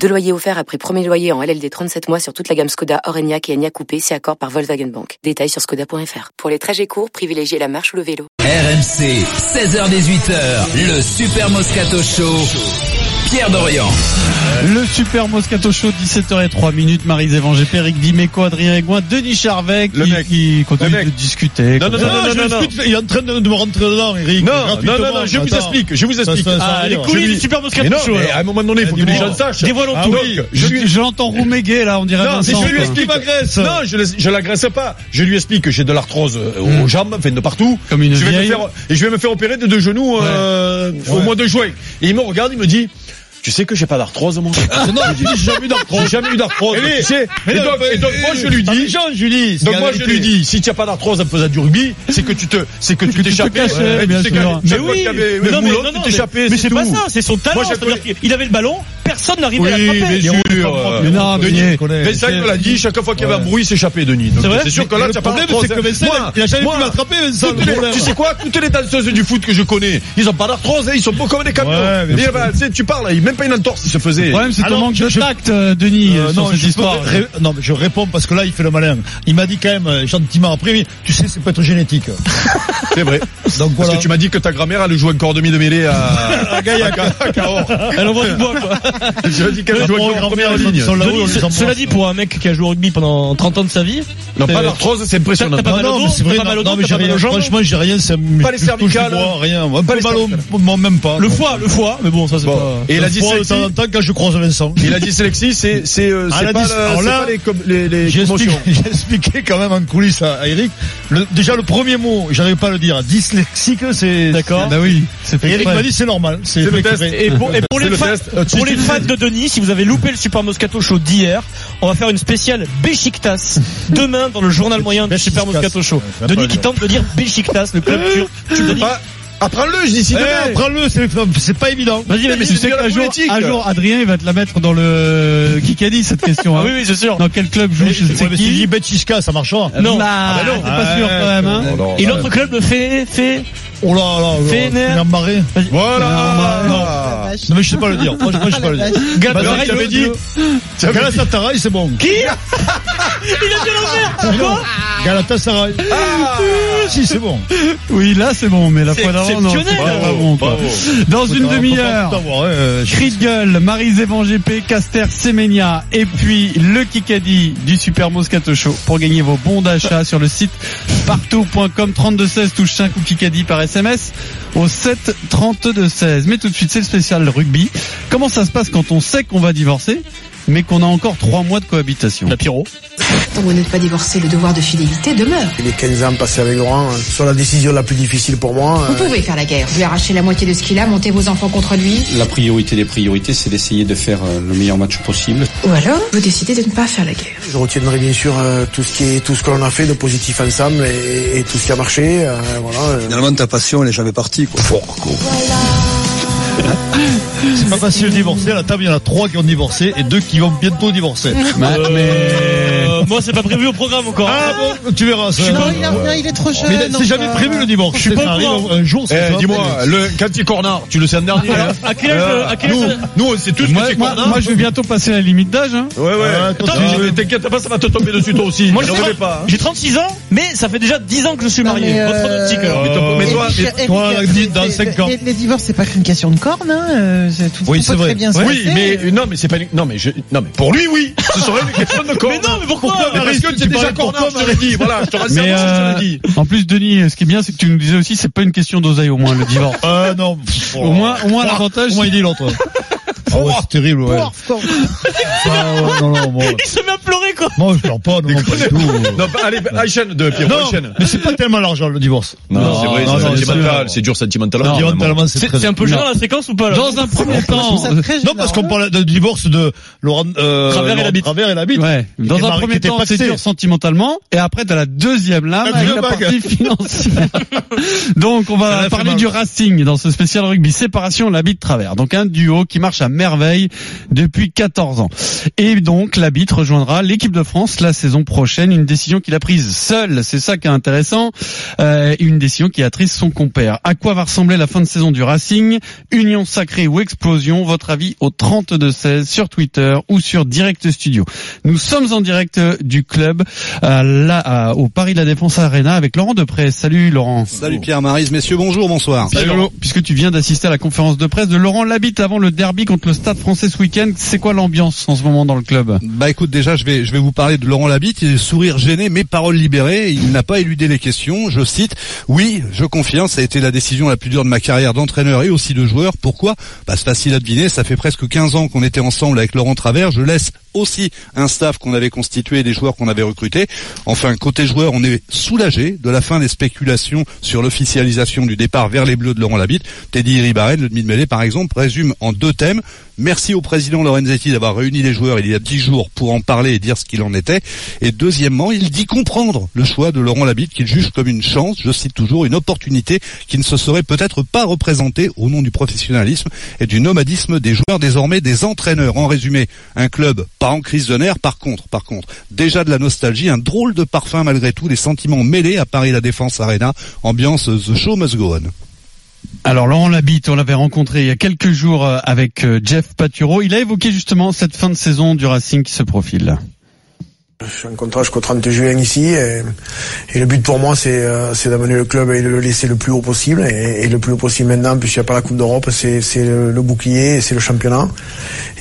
Deux loyers offerts après premier loyer en LLD 37 mois sur toute la gamme Skoda, Orenia et Enya Coupé, si accord par Volkswagen Bank. Détails sur skoda.fr. Pour les trajets courts, privilégiez la marche ou le vélo. RMC, 16h18h, le Super Moscato Show. Pierre Dorian. Le Super Moscato Show, 17h03 minutes. Marie-Zévan Péric Dimeco, Adrien Aigouin, Denis Charvet qui, Le mec. qui continue Le mec. de discuter. Non, non, non, Ah, non, je non, me non. discute, Il est en train de, de me rentrer dedans, Eric. Non, non, non, gratuitement. non, je vous Attends. explique, je vous Ça, explique. ça, ça, Ah, les alors, coulisses je- du Super Moscato Mais non, Show, mais alors. à un moment donné, il faut que les Dis-moi. gens le sachent. Dévoilons Ah tout. oui, Je je lui- J'entends Roumégué, là, on dirait Non, mais Vincent. je lui quoi. explique. m'agresse. Non, je, l'ai- je l'agresse pas. Je lui explique que j'ai de l'arthrose euh, aux jambes, enfin de partout. Comme une je vais me vieille. faire- et je vais me faire opérer de deux genoux euh, au Ouais. mois de juin. Et il me regarde, il me dit. Tu sais que j'ai pas d'arthrose moi. Ah, non, j'ai jamais eu d'arthrose. J'ai jamais eu d'arthrose. Tu sais. Et donc, et donc moi je lui dis. Ah, Julie. Donc moi je lui dis, si tu n'as pas d'arthrose en faisant du rugby, c'est que tu te, c'est que tu t'échappais. cachais, Ouais, bien tu t'es sûr. calé. Mais Chaque fois qu'il y avait le boulot, tu t'échappais. mais c'est pas tout. ça, c'est son talent. Moi, j'ai c'est-à-dire qu'il avait le ballon, personne n'arrivait à Oui, l'attraper. bien sûr. Mais non, Denis, Denis, Vincent me l'a dit, chaque fois qu'il y avait un bruit, il s'échappait, Denis. Donc, C'est vrai C'est sûr que là, tu as pas d'arthrose. Moi, moi, Vincent. toutes les- tu sais quoi Toutes les danseuses du foot que je connais, ils ont pas d'arthrose, hein, ils sont beaux comme des camions. Ouais, mais Et ben, tu sais, tu parles, là, même pas une entorse, il se faisait. Le problème, c'est ton Alors, manque je- de je- tact, euh, Denis, Euh, sur non, cette je peux histoire. pas ré- non, mais je réponds parce que là, il fait le malin. Il m'a dit quand même euh, gentiment après, oui, tu sais, c'est peut-être génétique. C'est vrai. Donc Parce voilà. que tu m'as dit que ta grand-mère allait jouer encore demi de mêlée à, à Gaillac, à Cahors. Elle envoie du bois, quoi. Tu m'as dit qu'elle Nos jouait encore en grands-mères, première elles sont- ligne. sont là-haut, Denis, on les ce- embrasse. cela dit, pour un mec qui a joué au rugby pendant 30 ans de sa vie, Non, pas Euh, d'arthrose, c'est impressionnant. t'as pas Non, mal au non, dos, mais c'est vrai, t'as pas mal au non, dos, non, mais t'as j'ai pas mal rien, aux jambes. franchement, j'ai rien, c'est Pas les cervicales. rien, un Pas peu les mal au- cervicales. moi, même pas. le foie, le foie, mais bon, ça c'est Bon. pas. Et la Le foie, de temps en dyslexie, temps, quand je croise Vincent. et la dyslexie, c'est, c'est, euh, Ah, c'est la pas, dys- le- alors c'est là, pas les, com- les, les J'ai expliqué, commotions. j'ai expliqué quand même en coulisses à à Eric. Le- déjà le premier mot, j'arrive pas à le dire. Dyslexique, c'est. D'accord. Bah oui. C'est Et fait Eric exprès. m'a dit c'est normal. C'est C'est le fait test. exprès. Et pour, et pour C'est les, le fans, test. Euh, tu- pour les fans de Denis, si vous avez loupé le Super Moscato Show d'hier, on va faire une spéciale Beşiktaş demain dans le journal moyen du Super Beşiktaş. Moscato Show. Ouais, Denis pas qui bien. tente de dire Beşiktaş, le club turc. Tu le dis. Ah, Apprends-le, je dis si Eh, demain. prends-le, c'est- c'est pas évident. Vas-y, mais vas-y, c'est tu sais de la qu'un jour, politique. un jour, Adrien, il va te la mettre dans le Kikadi, cette question. Ah hein. oui, oui, c'est sûr. Dans quel club joue Eh, Ouais, je ne sais mais si je dis qui Betchiska, ça marchera. Non. Bah, Ah bah non. c'est pas sûr, Ah, quand même, hein. Oh, non, Et non, l'autre club le fait, fait. Oh là là, là, Fener. il est embarré. Voilà Non, Non mais je sais pas le dire, franchement je sais pas le dire. Alors, tu avais dit Galatasaray c'est bon. Qui Il a dit l'enfer. Quoi Ah. Galatasaray. Ah, Si c'est bon. Oui, là, c'est bon, mais la C'est fois d'avant, non. exceptionnel. c'est pas Bravo, bon, quoi. Dans une demi-heure. Cri de gueule, Marie-Zévan GP, Caster Semenya et puis le Kikadi du Super Moscato Show pour gagner vos bons d'achat sur le site partout.com 3216 touche 5 ou Kikadi par SMS au 7 32 16. Mais tout de suite c'est le spécial rugby. Comment ça se passe quand on sait qu'on va divorcer mais qu'on a encore trois mois de cohabitation Tant que vous n'êtes pas divorcé, le devoir de fidélité demeure. Les 15 ans passés avec Laurent euh, sont la décision la plus difficile pour Oh, moi. Vous pouvez faire la guerre, lui arracher la moitié de ce qu'il a, monter vos enfants contre lui. La priorité des priorités, c'est d'essayer de faire euh, le meilleur match possible. Ou alors, vous décidez de ne pas faire la guerre. Je retiendrai bien sûr euh, tout ce qui est tout ce que l'on a fait de positif ensemble et, et tout ce qui a marché. euh, voilà. euh. Finalement, ta passion, elle est jamais partie. Quoi. C'est pas facile de divorcer, à la table il y en a trois qui ont divorcé et deux qui vont bientôt divorcer. Euh, moi, c'est pas prévu au programme encore. Ah bon, tu verras ça. il est trop jeune. Mais c'est jamais prévu le divorce. Je suis pas au courant. un jour Eh, c'est ça. dis-moi, le, quand tu es cornard, tu le sais en dernier. Alors, hein. à quel âge, Euh, à quel âge- nous, nous, on sait tous moi, que hein. c'est moi- cornard. moi, je vais bientôt passer la limite d'âge hein. Ouais, ouais. Attends, Attends, tu- mais t'inquiète pas, ça va te tomber dessus toi aussi. Moi, j'ai J'en voulais pas. hein. 36 ans, mais ça fait déjà 10 ans que je suis Non, marié. mais, Votre euh, optique, alors. Mais toi, mais toi, mais- toi, Eric, la petite, dans c'est- cinq c'est- ans. Les, les divorces, c'est pas qu'une question de cornes, hein. euh, c'est- Tout, Oui, tout c'est peut vrai. très bien se oui, passer. mais non, mais c'est pas une- non, mais je, non, mais pour lui, oui. Ce serait une question de corps. Mais non, mais pourquoi Mais parce que tu tu es déjà parlais pour cornard, je te l'ai dit. Voilà, je te rassure, Mais, je te euh, l'ai dit. En plus Denis, euh, ce qui est bien c'est que tu nous disais aussi c'est pas une question d'oseille au moins le divorce. Euh, non. Au moins au moins l'avantage Au moins il est là, toi. Ah ouais, c'est terrible, ouais. Ah ouais, non, non, moi. Il se met à pleurer quoi. Non, je pleure pas, non, non, pas du tout. Non, pas- allez, bah, Aïchen de Pierre Non, Aïchen. mais c'est pas tellement l'argent, le divorce. Non, c'est vrai, non, c'est non, sentimental, c'est dur sentimentalement. Sentimentalement, c'est C'est très- c'est un peu Non. gênant la séquence ou pas là Dans un premier temps, Non, parce qu'on parle de divorce de Laurent, euh, Travers et Laurent la bite. Travers et la bite. Ouais. Qui Dans était un mari- qui premier était temps, paxé. c'est dur sentimentalement, et après t'as la deuxième lame La avec la deuxième vague. partie financière. Donc on Ça l'a va fait parler mal. du Racing dans ce spécial rugby séparation la bite travers. Donc un duo qui marche à merveille depuis 14 ans. Et donc la bite rejoindra l'équipe de France la saison prochaine. Une décision qu'il a prise seul, c'est ça qui est intéressant. Euh, une décision qui attriste son compère. À quoi va ressembler la fin de saison du Racing Union sacrée ou explosion Votre avis au 32-16 sur Twitter ou sur Direct Studio. Nous sommes en direct euh, du club euh, là, à- au Paris de la Défense Arena avec Laurent Deprez. Salut Laurent. Salut Pierre Marise, messieurs, bonjour, bonsoir. Pierre, puisque tu viens d'assister à la conférence de presse de Laurent Labitte avant le derby contre le Stade Français ce week-end, c'est quoi l'ambiance en ce moment dans le club Bah écoute, déjà je vais je vais vous parler de Laurent Labitte, et sourire gêné, mes paroles libérées, il n'a pas éludé les questions, je cite "Oui, je confirme, ça a été la décision la plus dure de ma carrière d'entraîneur et aussi de joueur. Pourquoi Bah c'est facile à deviner, ça fait presque 15 ans qu'on était ensemble avec Laurent Travers, je laisse aussi un staff qu'on avait constitué et des joueurs qu'on avait recrutés. Enfin, côté joueur, on est soulagé de la fin des spéculations sur l'officialisation du départ vers les Bleus de Laurent Labitte. Teddy Ribaren, le demi de mêlée par exemple, résume en deux thèmes. Merci au président Lorenzetti d'avoir réuni les joueurs il y a dix jours pour en parler et dire ce qu'il en était. Et deuxièmement, il dit comprendre le choix de Laurent Labitte qu'il juge comme une chance, je cite toujours, une opportunité qui ne se serait peut-être pas représentée au nom du professionnalisme et du nomadisme des joueurs désormais des entraîneurs. En résumé, un club pas en crise de nerfs, par contre, par contre, déjà de la nostalgie, un drôle de parfum malgré tout, des sentiments mêlés à Paris La Défense Arena, ambiance The Show Must Go On. Alors Laurent Labitte, on l'avait rencontré il y a quelques jours euh, avec euh, Jeff Paturo. Il a évoqué justement cette fin de saison du Racing qui se profile. Je suis en contrat jusqu'au 30 juin ici et, et le but pour moi c'est euh, c'est d'amener le club et de le laisser le plus haut possible et, et le plus haut possible maintenant puisqu'il n'y a pas la Coupe d'Europe, c'est c'est le, le bouclier et c'est le championnat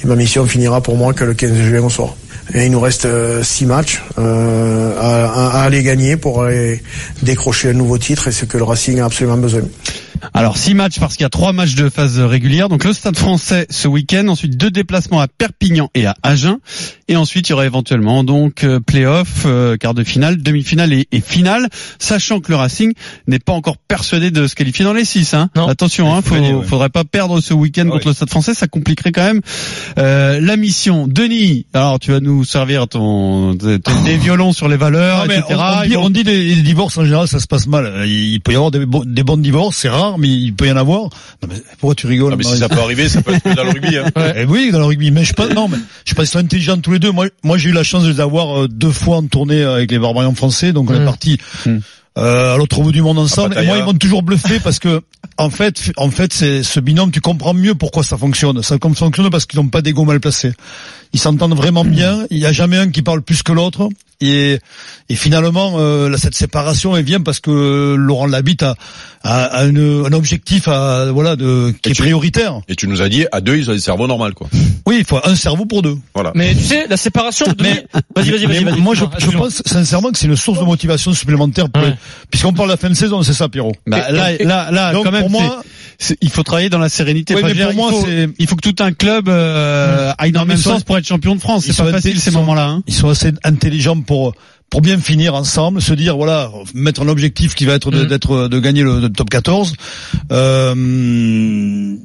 et ma mission finira pour moi que le 15 juin au soir. Et il nous reste euh, six matchs euh, à, à- à aller gagner pour aller décrocher un nouveau titre et ce que le Racing a absolument besoin. Alors six matchs parce qu'il y a trois matchs de phase régulière. Donc le Stade Français ce week-end, ensuite deux déplacements à Perpignan et à Agen, et ensuite il y aura éventuellement donc euh, play-off, euh, quart de finale, demi-finale et, et finale, sachant que le Racing n'est pas encore persuadé de se qualifier dans les six. Hein. Non. Attention, hein, faut, gagner, ouais. Ah faudrait pas perdre ce week-end contre le Stade Français, ça compliquerait quand même euh, la mission. Denis, alors tu vas nous servir ton, ton- des violons sur les valeurs, Non, Ah, mais etc. on, on dit, on dit des, des divorces en général, ça se passe mal. Il, il peut y avoir des, bo- des bons divorces, c'est rare, mais il peut y en avoir. Non, mais pourquoi tu rigoles Ah, mais si Marie ça peut arriver, ça peut être que dans le rugby, hein. Eh oui, dans le rugby. Mais je pense, non, mais je pense qu'ils sont intelligents tous les deux. Moi, moi, j'ai eu la chance de les avoir euh, deux fois en tournée avec les Barbarians français, donc on est parti. euh, à l'autre bout du monde ensemble. À Et moi, ils Pattaya. m'ont toujours bluffé parce que, en fait, f- en fait, c'est ce binôme, tu comprends mieux pourquoi ça fonctionne. Ça com- fonctionne parce qu'ils n'ont pas d'ego mal placé. Ils s'entendent vraiment bien. Il n'y a jamais un qui parle plus que l'autre. Et, et finalement, euh, là, cette séparation, elle vient parce que Laurent Labitte a, a, a une- un objectif, à, voilà, de, qui Et est tu- prioritaire. Et tu nous as dit, à deux, ils ont des cerveaux normaux, quoi. Oui, il faut un cerveau pour deux. Voilà. Mais tu sais, la séparation. de- Mais- Vas-y, Mais vas-y, vas-y. vas-y. moi, je, Non, je excuse-moi. pense sincèrement que c'est une source de motivation supplémentaire, pour- Ouais. puisqu'on parle de la fin de saison, c'est ça, Pierrot. Bah, là, là, là, Donc, quand même, pour moi, c'est- c'est- il faut travailler dans la sérénité. Oui, Enfin, mais je veux pour dire, moi, il, faut, c'est- il faut que tout un club euh, aille dans Non, le mais même ils sont- sens pour être champion de France. ils C'est pas sont facile inté- ces ils sont- moments-là. hein. ils sont assez intelligents pour pour bien finir ensemble, se dire voilà, mettre un objectif qui va être Mm. de- d'être de, gagner le, le top 14. Euh,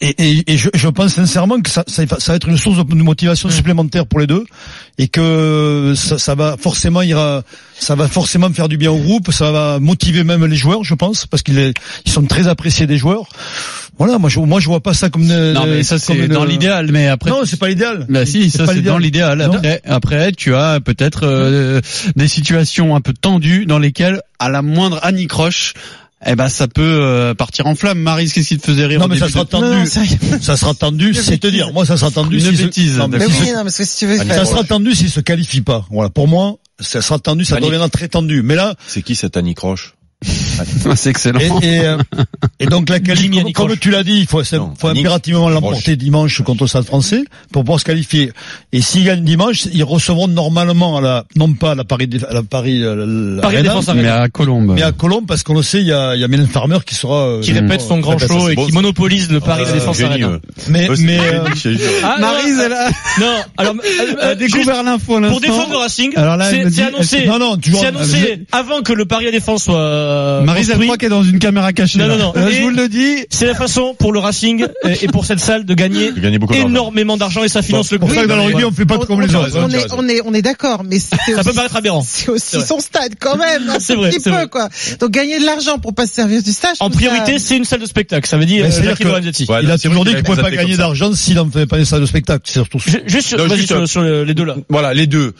et et- et je, je pense sincèrement que ça, ça, va- ça va être une source de Mm. motivation supplémentaire pour les deux et que ça, ça va forcément ira, ça va forcément faire du bien au groupe, ça va motiver même les joueurs, je pense, parce qu'ils les- ils sont très appréciés des joueurs. Voilà, moi je moi je vois pas ça comme une- euh, Non, mais ça comme c'est une- dans l'idéal. Mais après, Non, c'est pas l'idéal. Bah si, ça pas c'est l'idéal. dans l'idéal. Non. Après, après, tu as peut-être euh, des situations un peu tendues dans lesquelles, à la moindre anicroche, eh ben ça peut euh, partir en flamme. Maris, qu'est-ce qui te faisait rire Non, au mais début ça sera de- tendu. Non, ça y est. Ça sera tendu, c'est te dire. Moi, ça sera tendu Une si bêtise, Se... Non, mais Mais d'accord. si oui, se- non, mais parce que si tu veux Annie faire. Ça sera tendu s'il se qualifie pas. Voilà. Pour moi, ça sera tendu, ça Annie. deviendra très tendu. Mais là, C'est qui cette Annie Croche C'est excellent. Et, et, euh, et donc la qualif- Jimmy comme, comme Hanicroche. tu l'as dit, il faut, c'est- Non, faut Hanic- impérativement l'emporter dimanche contre le Stade Français pour pouvoir se qualifier. Et s'ils gagnent dimanche, ils recevront normalement à la, non pas à la Paris, à la Paris, à la- Paris l'Arena, Défense Arena. Mais à Colombes. Mais à Colombes parce qu'on le sait, il y a, il y a Mylène Farmer qui sera euh, Qui répète son grand répète show ça, et c'est qui bon. monopolise le Paris Euh, Défense génie, Arena. ouais. Mais, mais euh, Ah, non, Maryse, euh, elle a- Non, alors. euh, Elle a découvert l'info à Pour l'instant. défendre le Racing, Alors là, elle me c'est dit- c'est annoncé. Non, non, toujours- C'est annoncé avant que le Paris à défense soit. euh, Maryse, elle construit. croit qu'elle est dans une caméra cachée. Non, là. non, non. Euh, Là, Et je vous le dis. C'est la façon pour le Racing euh, et et pour cette salle de gagner, De gagner beaucoup d'argent. énormément d'argent et ça finance le Pour groupe. ça que dans le rugby, on fait pas on, hein, on est, on est, on est d'accord, mais c'est Ça aussi- peut paraître aberrant. C'est aussi vrai. son stade quand même, hein, un C'est tout vrai, petit c'est peu vrai. quoi. Donc gagner de l'argent pour pas se servir du stade. je En trouve ça- priorité, c'est une salle de spectacle. Ça veut dire mais euh, c'est-à-dire Jackie que Lorenzetti. il a toujours dit qu'il pouvait pas gagner d'argent s'il n'en faisait pas des salles de spectacle. C'est surtout ça. Juste, sur- Non, vas-y, juste, sur, euh, sur le- les deux là. Voilà, les deux.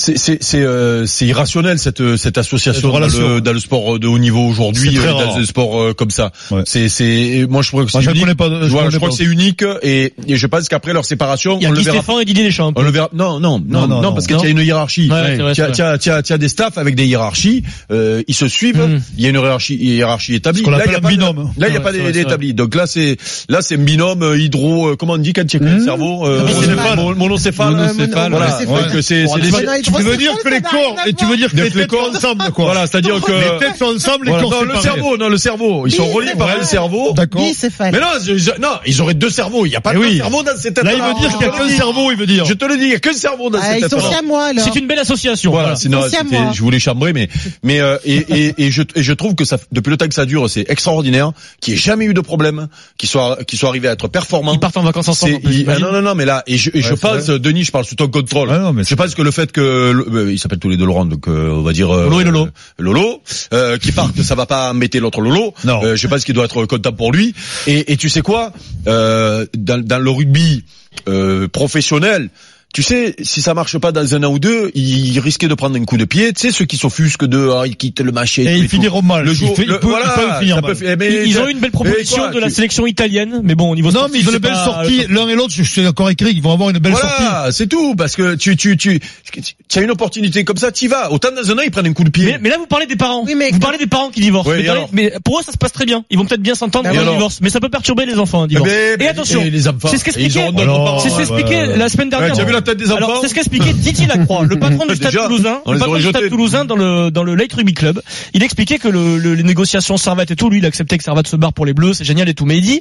C'est c'est c'est euh, c'est irrationnel cette euh, cette association Cette dans relation. le, dans le sport de haut niveau aujourd'hui C'est très euh, dans rare. le sport euh, comme ça. C'est c'est moi je trouve Moi, que c'est je unique. connais pas de- je Voilà, connais je crois Euh, pas. que c'est unique et, et je pense qu'après leur séparation Il y a on le Guy verra. Stéphane et Didier Deschamps. un peu. On le verra. Non, non, non, Non, non, non, non. parce qu'il y a une hiérarchie. Ouais, ouais, c'est vrai, Tiens, c'est tiens, tiens, tiens, des staffs avec des hiérarchies. euh, ils se suivent. Il y a une hiérarchie, hiérarchie établie. Ce qu'on là, il appelle y a un pas de- binôme. Là, il y a Mm. Ouais, pas c'est vrai, c'est d'établi. Donc là, c'est là, c'est un binôme euh, hydro. euh, comment on dit quand tu as Mm. le cerveau Ah, euh, Monocéphale. mon- Monocéphale. Monocéphale, Voilà. ouais. Donc c'est Bon, c'est tu des- veux- tu veux dire que les corps et tu veux dire que Des les têtes flécornes. sont ensemble quoi. Voilà, c'est-à-dire que les têtes sont ensemble, les Voilà. corps Non, le séparés. cerveau, non, le cerveau. Ils sont Oui, reliés c'est par vrai. le cerveau. D'accord. Bicéphale. Mais non, je- je- non, ils auraient deux cerveaux. Il n'y a pas Eh de oui. cerveau dans ces têtes. Là, il veut dire qu'il y a qu'un cerveau, il veut dire. Je te le dis, il n'y a qu'un cerveau dans Ah, ces ils têtes. sont chamois alors. C'est une belle association. Voilà, voilà. sinon Pensez à c'était- moi. je voulais chambrer, mais mais euh, et, et, et je et je trouve que ça depuis le temps que ça dure, c'est extraordinaire, qu'il n'y ait jamais eu de problème, qu'ils soient qu'ils soient arrivés à être performants. Ils partent en vacances ensemble. en C'est- plus, il- ah j'imagine. non non non mais là et je, et je c'est pense Denis je parle sous ton contrôle Ouais, non, mais je pense que le fait que le- euh, ils s'appellent tous les deux Laurent donc euh, on va dire euh, Lolo et Lolo. Lolo euh, qui part que ça va pas embêter l'autre Lolo Non. Euh, je pense qu'il doit être content pour lui et, et tu sais quoi euh, dans, dans le rugby euh, professionnel tu sais, si ça marche pas dans un an ou deux, ils risquaient de prendre un coup de pied. Tu sais, ceux qui s'offusquent de, ah, ils quittent le marché. Et ils finiront mal. Le jour, Ils fi- le- ils peuvent- voilà, ils peuvent finir ça mal. fi- mais- Ils ils ont eu une belle mais quoi, proposition de la tu- sélection italienne, mais bon, au niveau Non, mais ils ont une belle euh, sortie. L'un et l'autre, je suis d'accord avec Eric, ils vont avoir une belle sortie. Voilà, c'est tout, parce que tu, tu, tu, tu as une opportunité comme ça, t'y vas. Autant dans un an, ils prennent un coup de pied. Mais, mais là, vous parlez des parents. Oui, mais- Vous parlez des parents qui divorcent. Oui, mais, et parlez- alors mais pour eux, ça se passe très bien. Ils vont peut-être bien s'entendre Et dans le alors divorce. Mais ça peut perturber les enfants, un divorce. Mais- mais- et attention. Eh ben, et les enfants. C'est ce Ils qu'expliquait, auront d'autres parents. c'est ce qu'expliquait euh, Ouais, ouais. la semaine dernière. Ouais, tu as vu la tête des Alors, enfants c'est ce qu'expliquait Didier Lacroix, le patron du stade Déjà, toulousain, on le les patron aurait du stade jetés. toulousain dans le, dans le Late Rugby Club. Il expliquait que le- le- les négociations Servette et tout, lui, il acceptait que Servette se barre pour les Bleus, c'est génial et tout. Mais il dit,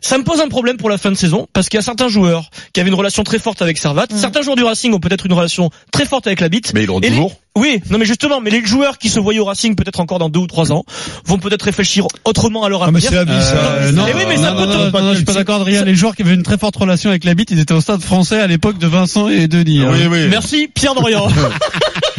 ça me pose un problème pour la fin de saison, parce qu'il y a certains joueurs qui avaient une relation très forte avec Servette. Mm. Certains joueurs du Racing ont peut-être une relation très forte avec la bite. Mais ils l'auront Et les- toujours. oui, non mais justement, mais les joueurs qui se voyaient au Racing peut-être encore dans deux ou trois ans vont peut-être réfléchir autrement à leur Ah, mais avenir. c'est la vie, ça. Euh, non, Non, Eh mais oui, mais ça non, peut non, te- non, Non, non, je suis pas d'accord, Adrien. Les joueurs qui avaient une très forte relation avec la bite, ils étaient au stade français à l'époque de Vincent et Denis. hein. Oui, oui. Merci Pierre Dorian.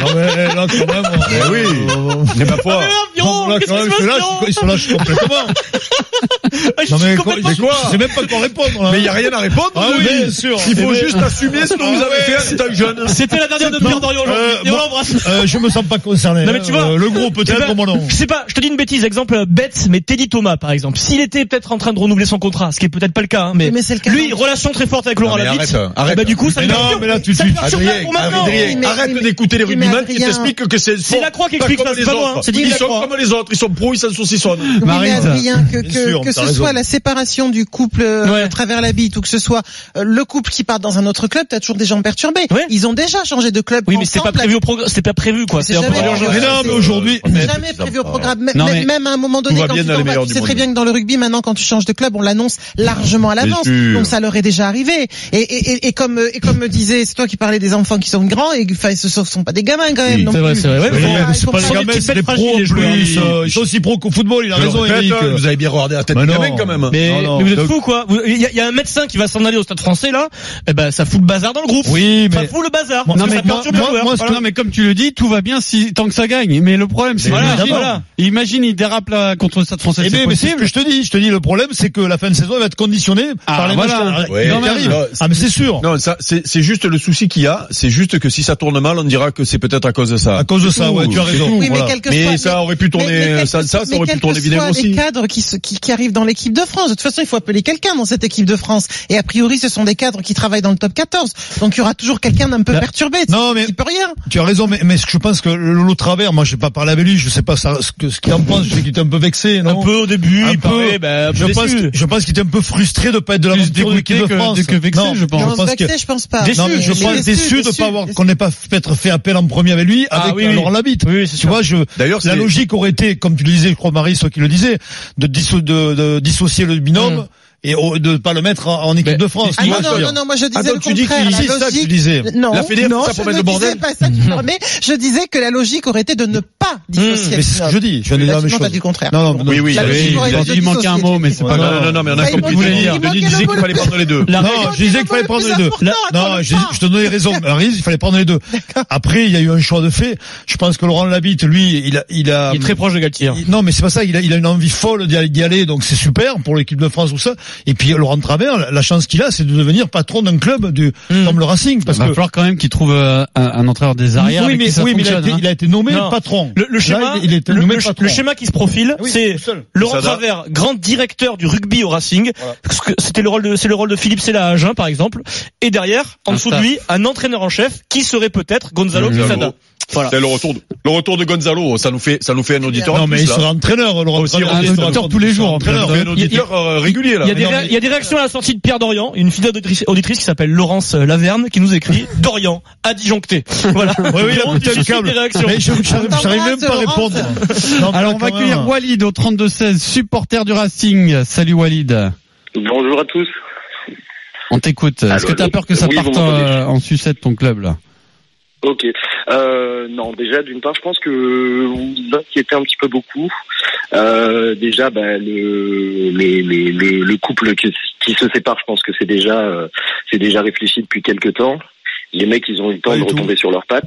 Non, mais Ah là, quand même. hein. Mais oui. Ah, Mais ma foi. Mais non, Non, Pierrot, là, qu'est-ce quand qui se même, passe, je là, Pierrot je- ils sont là, je suis complètement. Ah, je Non, suis mais quoi, complètement- mais quoi je sais même pas quoi répondre, là. Mais il n'y a rien à répondre. Ah oui, Denis. bien sûr. ah Il faut Mais- juste assumer ce que vous avez fait en tant que jeune. C'était la dernière de Pierre Dorian Euh, aujourd'hui. Et on moi- l'embrasse. Euh, je me sens pas concerné. Non mais tu vois, Euh, le groupe eh ben, peut-être, mon nom. Je sais pas, je te dis une bêtise, exemple euh, bête, mais Teddy Thomas par exemple, s'il était peut-être en train de renouveler son contrat, ce qui est peut-être pas le cas, hein, mais, Mais c'est le cas. lui relation très forte avec Laurent Non, mais Labitte, arrête, arrête. eh ben, du coup ça Mais lui non, perturbe. mais là, tout de ça lui suite. perturbe Adrien, pour maintenant. Adrien, Oui, mais- arrête mais- d'écouter les mais rugbymen qui Adrien- t'expliquent que c'est C'est la croix qui explique ça, comme c'est les pas moi, autres. hein, c'est Didier Ils sont Lacroix. comme les autres, ils sont pros, ils s'en saucissonnent. Oui, mais Maryse. Adrien, que, Bien que, sûr, que t'as ce raison. soit la séparation du couple euh, Ouais. à travers la bite ou que ce soit euh, le couple qui part dans un autre club, t'as toujours des gens perturbés. Ouais. Ils ont déjà changé de club. Oui, mais c'était pas ensemble. prévu au programme, c'était pas prévu quoi. C'est C'est un jamais- programme Mais non, mais aujourd'hui- C'est jamais prévu au programme. Même- Non, mais- Ah, Même à un moment donné, Tout va quand bien tu dans t'en les vas, meilleurs tu du sais très monde. bien que dans le rugby, maintenant, quand tu changes de club, on l'annonce largement à l'avance. sûr. Donc ça leur est déjà arrivé. Et, et, et, et comme euh, et comme me disait, c'est toi qui parlais des enfants qui sont grands et enfin, ce sont- sont pas des gamins quand même. non C'est vrai, plus. c'est vrai. Ouais, Ils Mais sont mais pas- ils c'est sont pas pas- les gamins, petits c'est des bêtes fragiles, pros en les joueurs. plus. euh, Ils sont aussi pros qu'au football, il a Je le raison, répète, Eric. hein, Vous avez bien regardé la tête Mais du non. mec quand même. hein. Mais, Non, non. mais vous êtes Donc- fous quoi Vous- Il y, a- il y a un médecin qui va s'en aller au stade français là, eh ben ça fout le bazar dans le groupe. Oui, Ça mais. fout le bazar. Non, parce que mais ça Ah, moi- perturbe le moi- joueur. moi, ce Voilà. Non mais comme tu le dis, tout va bien si tant que ça gagne. Mais le problème, c'est Voilà, imagine, voilà. imagine, il dérape là contre le Stade Français. Eh c'est bien, mais c'est ce possible. que je te dis. Je te dis, le problème, c'est que la fin de saison, elle va être conditionnée Ah, par les voilà. matchs qui- Ouais. qui Quand même. arrivent. Non, Ah, mais c'est sûr. Non, ça, c'est c'est juste le souci qu'il y a. C'est juste que si ça tourne mal, on dira que c'est peut-être à cause de ça. À cause de ça, Ouh, ouais, tu as c'est raison. tout, Oui, mais voilà. quel que Mais soit- ça aurait pu tourner, mais- mais ça, ça, mais ça aurait quel pu tourner que évidemment soient aussi. les cadres euh, qui, se- qui, qui arrivent dans l'équipe de France. De toute façon, il faut appeler quelqu'un dans cette équipe de France. Et a priori, ce sont des cadres qui travaillent dans le top 14. Donc, il y aura toujours quelqu'un d'un peu Là- perturbé. Non, mais Il peut rien. tu as raison, mais, mais ce que je pense que Lolo Travers, moi j'ai pas parlé avec lui, je sais pas ça, ce que- ce qu'il en pense, je sais qu'il était un peu vexé, non Ah, Un peu au début, Un il peu. ben, paraît, bah, un peu je pense, que- déçu. je pense qu'il était un peu frustré de pas être de la Plus même tour de dégoûté l'équipe de que- France. que vexé, je pense. Non, Non, pense vexé, que- je pense pas. Déçu, non, mais je mais pense déçu, de déçu, pas avoir déçu. qu'on n'ait pas peut-être fait appel en premier avec lui, Ah avec oui, oui. alors la bite. Oui, oui, c'est tu sûr. vois, je, D'ailleurs, la c'est- logique aurait été, comme tu le disais, je crois Marie, soit qui le disait, de, disso- de, de dissocier le binôme Mm. et au- de pas le mettre en, en équipe Mais- de France. Ah tu non, vois, je veux non, dire. non, non, moi je disais Ah, donc le tu dis contraire. qu'il la existe, ça, tu logique- disais. Non, La Fédé, non, ça je pour mettre le ne disais bordel pas ça, tu me remets. Je disais que la logique aurait été de ne pas dissocier. Mais c'est ce que je dis, je viens de dire la même Non, t'as chose. dit le contraire. Non, non, non. Oui, oui, La oui, logique il aurait a été dit, de il manquait un dissocier. mot, mais c'est pas Ouais. Non, non, non, non, mais on a Ah, il compris. manquait- ce qu'il il voulait dire. manquait Denis le disait mot qu'il fallait le- prendre les deux. La Non, raison- je disais qu'il fallait prendre les deux. important, attends, Non, le je, pas. je te donnais les raisons. Riz, il fallait prendre les deux. Après, il y a eu un choix de fait. Je pense que Laurent Labitte, lui, il a, il a. il est très proche de Galtier. il- non, mais c'est pas ça. Il a, il a une envie folle d'y aller, d'y aller, donc c'est super pour l'équipe de France ou ça. Et puis Laurent Travers, la- la chance qu'il a, c'est de devenir patron d'un club du comme le Racing, parce Il va que. falloir quand même qu'il trouve euh, un, un entraîneur des arrières. oui, Bah, avec qui mais, ça oui, mais il, a fonctionne, été, hein. il a été nommé Non. patron. Le, le schéma, Là, il, il a été le, nommé le- patron. le schéma qui se profile, Ah Oui, c'est tout seul. Laurent Ça va. Travers, grand directeur du rugby au Racing. parce que C'était le rôle de, c'est le rôle de Philippe Sella à Agen, par exemple. Et derrière, en Un dessous de staff. lui, un entraîneur en chef qui serait peut-être Gonzalo Gonzalo. Quesada. Voilà. C'est Eh, le retour, de, le retour de Gonzalo, ça nous fait, ça nous fait un auditeur. en Non, mais plus, il là. sera entraîneur, Laurent Aussi, Travers. on est Il sera entraîneur entraîneur tous les jours. entraîneur. On fait un il y a- auditeur euh, régulier là. Il y, a des non, ré- mais- il y a des réactions à la sortie de Pierre Dorian, une fidèle auditrice, auditrice qui s'appelle Laurence euh, Laverne, qui nous écrit Dorian a disjoncté. Voilà. Oui, oui, il a Donc, foutu il un suscite câble. des réactions. Mais je n'arrive même pas à Laurent. répondre. Non, mais Alors on quand va accueillir même. Walid au 32-16, supporter du Racing. Salut Walid. Bonjour à tous. On t'écoute. Est-ce que t'as peur que ça Oui, vous parte m'entendez euh, en sucette ton club là Ok. Euh, non, déjà, d'une part, je pense que vous vous inquiétez un petit peu beaucoup. Euh, déjà, bah, le, les- les- les- le couple que- qui se sépare, je pense que c'est déjà, euh, c'est déjà réfléchi depuis quelques temps. Les mecs, ils ont eu le temps Pas de du tout. retomber sur leurs pattes.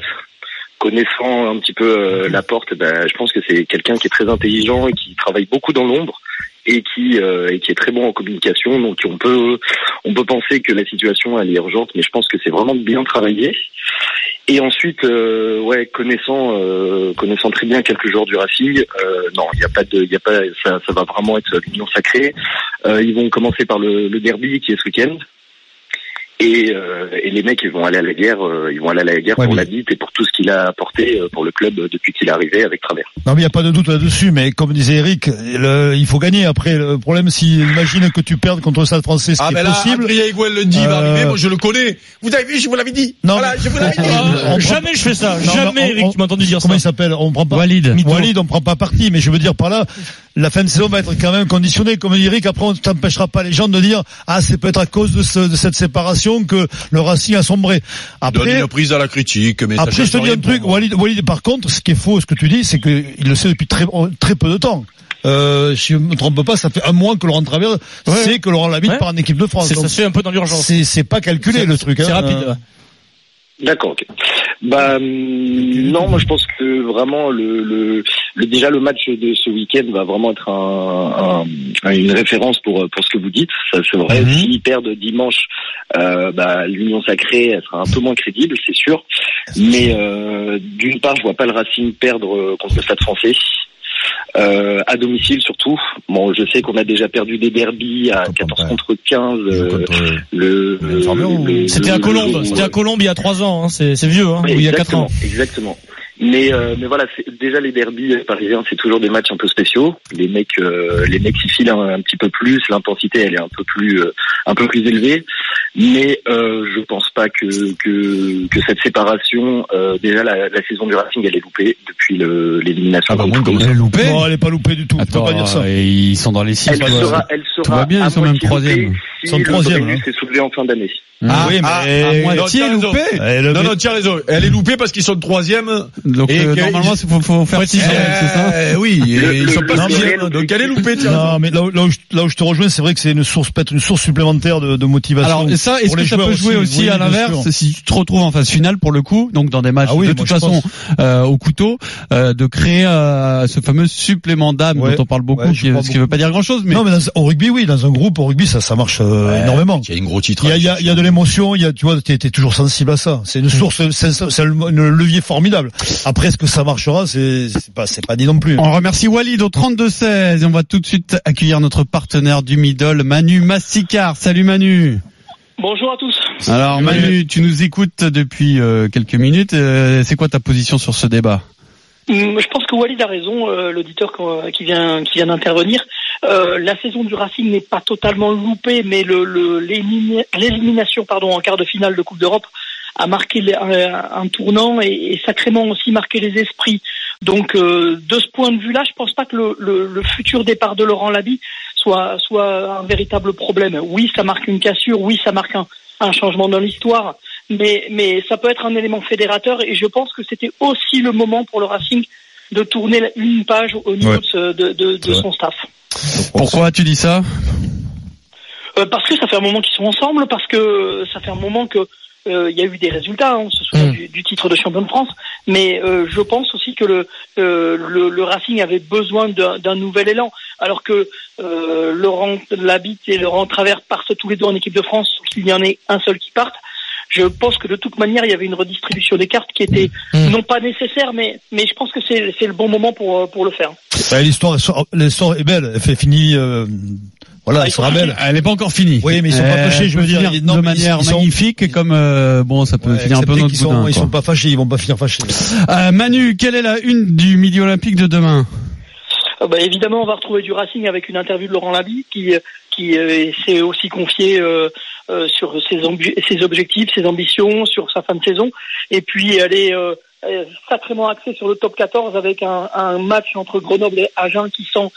Connaissant un petit peu euh, la porte, bah, je pense que c'est quelqu'un qui est très intelligent et qui travaille beaucoup dans l'ombre et qui euh, et qui est très bon en communication. Donc on peut on peut penser que la situation elle est urgente, mais je pense que c'est vraiment bien travaillé. Et ensuite, euh, ouais, connaissant euh, connaissant très bien quelques joueurs du Racing, euh, non, il y a pas de, il y a pas, ça, ça va vraiment être l'union sacrée. Euh, ils vont commencer par le, le derby qui est ce week-end. Et, euh, et les mecs, ils vont aller à la guerre, euh, ils vont aller à la guerre Ouais, pour mais- la bite et pour tout ce qu'il a apporté euh, pour le club euh, depuis qu'il est arrivé avec Travers. Non, mais il n'y a pas de doute là-dessus, mais comme disait Eric, le- il faut gagner. Après, le problème, si imagine que tu perdes contre le Stade français, ce qui Ah est ben là, possible. Adrien Higuel lundi va Euh, arriver, moi je le connais. Vous avez vu, je vous l'avais dit. Non, voilà, mais- je vous l'avais dit. Ah, on- jamais je fais ça. Non, jamais, on- Eric, on- tu m'as entendu dire Comment ça. il s'appelle On prend pas Walid. Mytho. Walid, on prend pas parti, mais je veux dire par là, la fin de saison va être quand même conditionnée, comme dit Eric. Après, on t'empêchera pas les gens de dire ah c'est peut-être à cause de, ce- de cette séparation que le Racing a sombré. Donne Après, une prise à la critique, mais ça Après, je te change dis rien un truc, pour moi. Walid, Walid, par contre, ce qui est faux, ce que tu dis, c'est que il le sait depuis très, très peu de temps. Euh, si je me trompe pas, ça fait un mois que Laurent Travers sait que Laurent Labitte Ouais. part en équipe de France. C'est- Ça Donc, se fait un peu dans l'urgence. C'est c'est pas calculé le truc. C'est hein. rapide. ouais. D'accord. ok. Bah hum, non, moi je pense que vraiment le, le, le- déjà le match de ce week-end va vraiment être un, un- une référence pour euh, pour ce que vous dites. Ça c'est vrai. hum, S'ils perdent dimanche, euh, bah, l'Union sacrée elle sera un peu moins crédible, c'est sûr. Mais euh, d'une part, je vois pas le Racing perdre euh, contre le Stade Français. Euh, à domicile surtout. Bon, je sais qu'on a déjà perdu des derbies à 14 contre 15. euh, le, le- C'était à le- Colombe. le- C'était à Colombe il y a trois ans. hein. C'est c'est vieux. Hein. Ou il y a quatre Exactement, ans. Exactement. Mais euh, mais voilà, c'est- déjà les derbies parisiens, c'est toujours des matchs un peu spéciaux. Les mecs, euh, les mecs ils filent un, un petit peu plus, l'intensité elle est un peu plus euh, un peu plus élevée. Mais euh, je pense pas que que, que cette séparation, euh, déjà la, la saison du Racing elle est loupée depuis le- l'élimination. Ah bah, contre moi, comme Toulouse. ça. loupé Non, elle est pas loupée du tout. tu peux pas dire ça. Ils sont dans les six. elle quoi. sera, elle sera va bien, à ils sont même moitié troisième. loupée Ils Si sont le troisième, hein. Brennus s'est soulevé en fin d'année. Ah, oui, mais ah, à moitié Non, t'as loupé. raison. Eh, le- Non, non, tu as raison. Elle est loupée parce qu'ils sont troisième. Donc Et euh, que- normalement, il faut, faut faire six, c'est ça Eh oui, et Le- ils le- sont pas le- sixième. le- Donc elle est loupée, tiens. Non, mais là, où- là où, je, là où je te rejoins, c'est vrai que c'est une source, peut-être une source supplémentaire de, de motivation. Alors, pour ça. Est-ce Pour que les ça joueurs peut jouer aussi, oui, à bien l'inverse sûr. si tu te retrouves en phase finale pour le coup, donc dans des matchs Ah oui, de moi, toute je façon pense. euh, au couteau, euh, de créer euh, ce fameux supplément d'âme Ouais, dont on parle beaucoup, ouais, je qui, crois ce qui veut beaucoup. pas dire grand-chose, mais Non, mais dans- au rugby, oui, dans un groupe, au rugby, ça, ça marche euh, énormément. Il y a une grosse titre. Il y a, il y a- il y a de l'émotion, il y a, tu vois, t'es es toujours sensible à ça. C'est une Mm. source, c'est c'est un un levier formidable. Après, est-ce que ça marchera, c'est c'est pas, c'est pas dit non plus. On remercie Walid au 32-16 et on va tout de suite accueillir notre partenaire du middle, Manu Massicard. Salut Manu Bonjour à tous. Alors Manu, tu nous écoutes depuis euh, quelques minutes. Euh, C'est quoi ta position sur ce débat Hum, Je pense que Walid a raison, euh, l'auditeur qu'on- qui vient, qui vient d'intervenir. Euh, la saison du Racing n'est pas totalement loupée, mais le- le- l'élimina- l'élimination pardon en quart de finale de Coupe d'Europe a marqué les- un, un tournant et, et sacrément aussi marqué les esprits. Donc euh, de ce point de vue-là, je pense pas que le, le- le futur départ de Laurent Labie soit, soit un véritable problème. Oui, ça marque une cassure, oui, ça marque un, un changement dans l'histoire, mais, mais ça peut être un élément fédérateur et je pense que c'était aussi le moment pour le Racing de tourner une page au niveau Ouais. de, ce- de- de- de son staff. Pourquoi tu dis ça Euh, parce que ça fait un moment qu'ils sont ensemble, parce que ça fait un moment que euh, il y a eu des résultats, hein, on se souvient du, du titre de champion de France, mais euh, je pense aussi que le, euh, le, le Racing avait besoin d'un d'un nouvel élan, alors que euh, Laurent Labitte et Laurent Travers partent tous les deux en équipe de France, sauf qu'il y en ait un seul qui parte. Je pense que de toute manière, il y avait une redistribution des cartes qui était non pas nécessaire, mais, mais je pense que c'est c'est le bon moment pour, euh, pour le faire. Ouais, Bah, l'histoire, l'histoire est belle. Elle fait finie. euh, voilà, elle sera belle. Elle n'est pas encore finie. Oui, mais ils sont Euh, pas fâchés. Je peut veux dire, finir ils- non, de mais ils- manière ils sont- magnifique, comme euh, bon, ça peut Ouais, finir un peu acceptez notre qu'ils sont- boudin. ils quoi. sont pas fâchés. Ils vont pas finir fâchés. Euh, Manu, quelle est la une du midi olympique de demain Ah bah, évidemment, on va retrouver du Racing avec une interview de Laurent Labi qui, qui euh, s'est aussi confié euh, euh, sur ses, ambi- ses objectifs, ses ambitions, sur sa fin de saison. Et puis, elle est euh, euh, sacrément axée sur le top 14 avec un, un match entre Grenoble et Agen qui sent,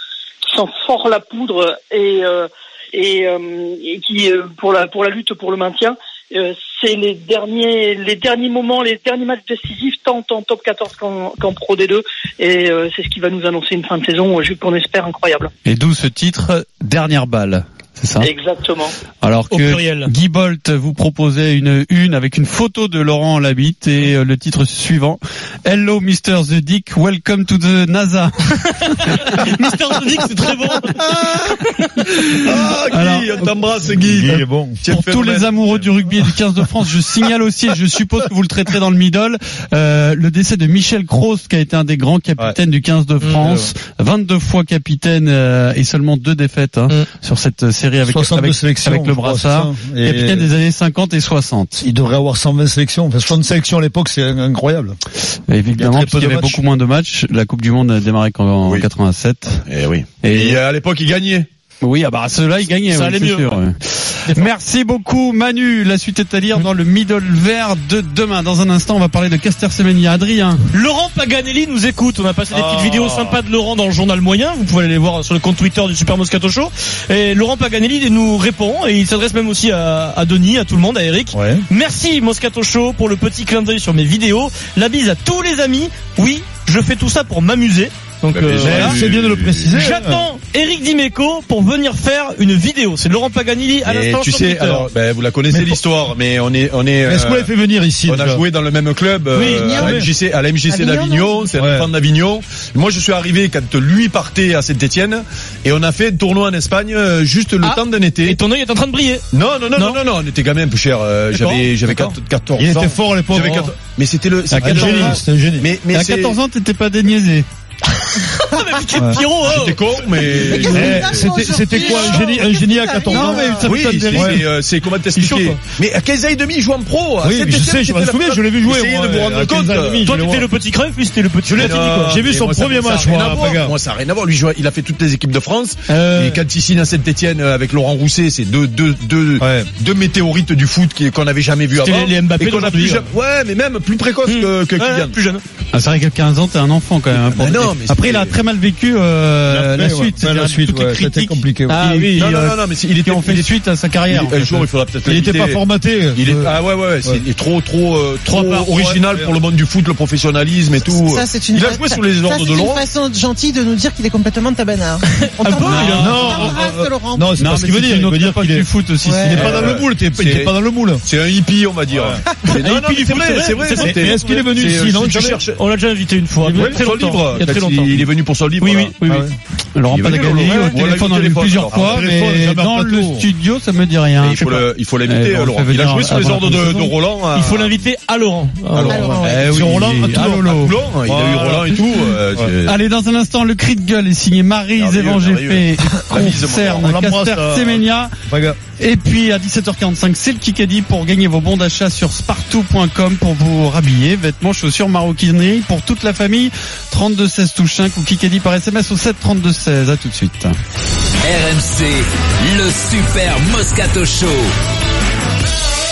qui sent fort la poudre et, euh, et, euh, et qui, euh, pour, la, pour la lutte pour le maintien, euh, c'est les derniers, les derniers moments, les derniers matchs décisifs, tant en top 14 qu'en qu'en Pro D2. Et euh, c'est ce qui va nous annoncer une fin de saison, euh, qu'on espère incroyable. Et d'où ce titre dernière balle, c'est ça Exactement. Alors Au que pluriel. Guy Bolt vous proposait une une avec une photo de Laurent Labitte et euh, le titre suivant Hello Mr the Dick, welcome to the NASA. Mister Sonic, c'est très bon. Ah, Guy, Alors- on t'embrasse, Guy. Guy est bon. Tiens, Pour tous phénomène. les amoureux du rugby et du 15 de France, je signale aussi, et je suppose que vous le traiterez dans le middle, euh, le décès de Michel Kroos, qui a été un des grands capitaines du 15 Mmh, de France, 22 fois capitaine euh, et seulement deux défaites hein, sur cette série avec, 62 avec, Mmh. sélections, avec le je crois, brassard, c'est ça. Et- capitaine des années 50 et 60. Il devrait avoir 120 sélections. Enfin, 60 sélections à l'époque, c'est incroyable. Évidemment, Il y a très parce qu'il peu y de avait matchs. beaucoup moins de matchs. La Coupe du Monde a démarré qu'en- en 87. Eh oui. Et, Et à l'époque, il gagnait. oui, ah bah ceux-là, ils gagnaient. Ça oui, allait c'est mieux. sûr, ouais. Merci beaucoup Manu. La suite est à lire dans le middle vert de demain. Dans un instant, on va parler de Caster Semenya. Adrien. Laurent Paganelli nous écoute. On a passé des petites vidéos sympas de Laurent dans le journal moyen. Vous pouvez aller les voir sur le compte Twitter du Super Moscato Show. Et Laurent Paganelli nous répond et il s'adresse même aussi à, à Denis, à tout le monde, à Eric. Merci Moscato Show pour le petit clin d'œil sur mes vidéos. La bise à tous les amis. Oui, je fais tout ça pour m'amuser. Donc, euh, Euh, mais j'ai vu. C'est bien de le préciser. J'attends Eric Dimeco pour venir faire une vidéo. C'est Laurent Paganelli à Et l'instant tu sur sais, Twitter. alors, ben, vous la connaissez l'histoire, mais on est, on est. euh, Mais est-ce qu'on l'a fait venir ici, On a déjà joué dans le même club, euh, Oui, Avignon. à la MJC, à la MJC Avignon, d'Avignon. C'est un Ouais. fan d'Avignon. Moi, je suis arrivé quand lui partait à Saint-Étienne, et on a fait un tournoi en Espagne euh, juste le temps d'un été. Et ton œil est en train de briller. Non, non, non, non, non, non, on était gamin un peu cher. euh, D'accord, j'avais, j'avais d'accord. 14 ans. Il était fort, les pauvres. J'avais 14 Mais c'était le. À 14 ans, c'était un génie. Ah, Mais, mais à c'est- 14 ans, t'étais pas déniaisé. Pierrot, oh. J'étais con, hein. mais. Eh, c'était- c'était quoi un génie, un génie à 14 ans Non, mais ça Oui, peut c'est- mais, euh, c'est comment Il t'expliquer chauffe. hein. Mais à 15 ans et demi, il joue en pro. à Oui, mais je 7e, sais, je c'était m'en la souviens, première- je l'ai vu jouer, Essayez moi, de vous à rendre 15 compte. ans et demi, Toi, t'étais le petit creux, lui, c'était le petit. Je l'ai dit, quoi. J'ai vu son premier match, moi, à Paga. Euh, Moi, ça n'a rien à voir. Lui, il a fait toutes les équipes de France. Et quand il signe à Saint-Etienne euh, avec Laurent Rousset, c'est deux, deux, deux, deux météorites du foot qui- qu'on n'avait jamais vu C'était hein avant. les- les Mbappé Et qu'on a plus d'aujourd'hui, jamais- Ouais, mais même plus précoce que que Hmm. Ouais, Kylian. plus jeune. Ah, c'est vrai qu'à 15 ans, t'es un enfant quand même. hein, pour- non, mais Après, c'est- il a très mal mal vécu euh, la, Après, ouais. suite. Ouais, la C'est-à-dire suite, toutes les ouais, c'était critiques. compliqué, ouais. Ah Il- oui, Non, euh, non, non, non, mais il qui était- ont fait il- suite à sa carrière. Il- en un fait. jour, il faudra peut-être Il l'inviter. était pas formaté. euh, Il est, ah ouais, ouais, ouais, c'est- il est trop, trop, euh, trop, original pour le monde du foot, le professionnalisme et tout. Ça, c'est une il a fa- joué sous les ça, ordres de Laurent. C'est une façon gentille de nous dire qu'il est complètement tabanard. On Ah bon, t'embrasse, il a- on Non, t'embrasse, euh, euh, Laurent. Non, c'est pas ce qu'il veut dire. Il veut dire qu'il est foot aussi. Il n'est pas dans le Ouais. moule. t'es- Il C'est- n'est pas dans le moule. C'est un hippie, on va dire. Mais non, Un non, hippie mais du c'est foot, vrai, c'est vrai. c'est- c'était- mais est-ce qu'il est venu c'est- ici, non, c'est tu jamais- cherches- On l'a déjà invité une fois. Il est venu très pour son longtemps. livre. Il y a très Quand il- longtemps. Il est venu pour son livre. Oui, voilà. oui, oui, Ah oui. ouais. Laurent Il est venu, Panagani, Laurent. au Voilà, téléphone, on l'a il eu téléphone, plusieurs alors. fois, Après, mais téléphone, dans jamais le un plateau. studio, ça me dit rien. Mais Je il faut sais le- pas. il faut l'inviter, Eh, on le euh, Laurent. fait Il a venir joué sous avant les la ordres de, saison. de Roland. à- Il faut l'inviter à Laurent. Ah, à Laurent. Eh oui, Sur Roland, il- à à Toulon. Toulon, Il a Ah. eu Roland et tout. euh, c'est- Allez, dans un instant, le cri de gueule est signé Marise Merveilleux, Evangépé, merveilleux. La mise de mon concerne corps. On l'embrasse, euh. Caster là. Semenya. Braga. Et puis, à 17h45, c'est le Kikadi pour gagner vos bons d'achat sur spartou.com pour vous rhabiller, vêtements, chaussures, maroquinerie pour toute la famille. 32 16 touche 5 ou Kikadi par SMS au 7 32 16. À tout de suite. RMC, le Super Moscato Show.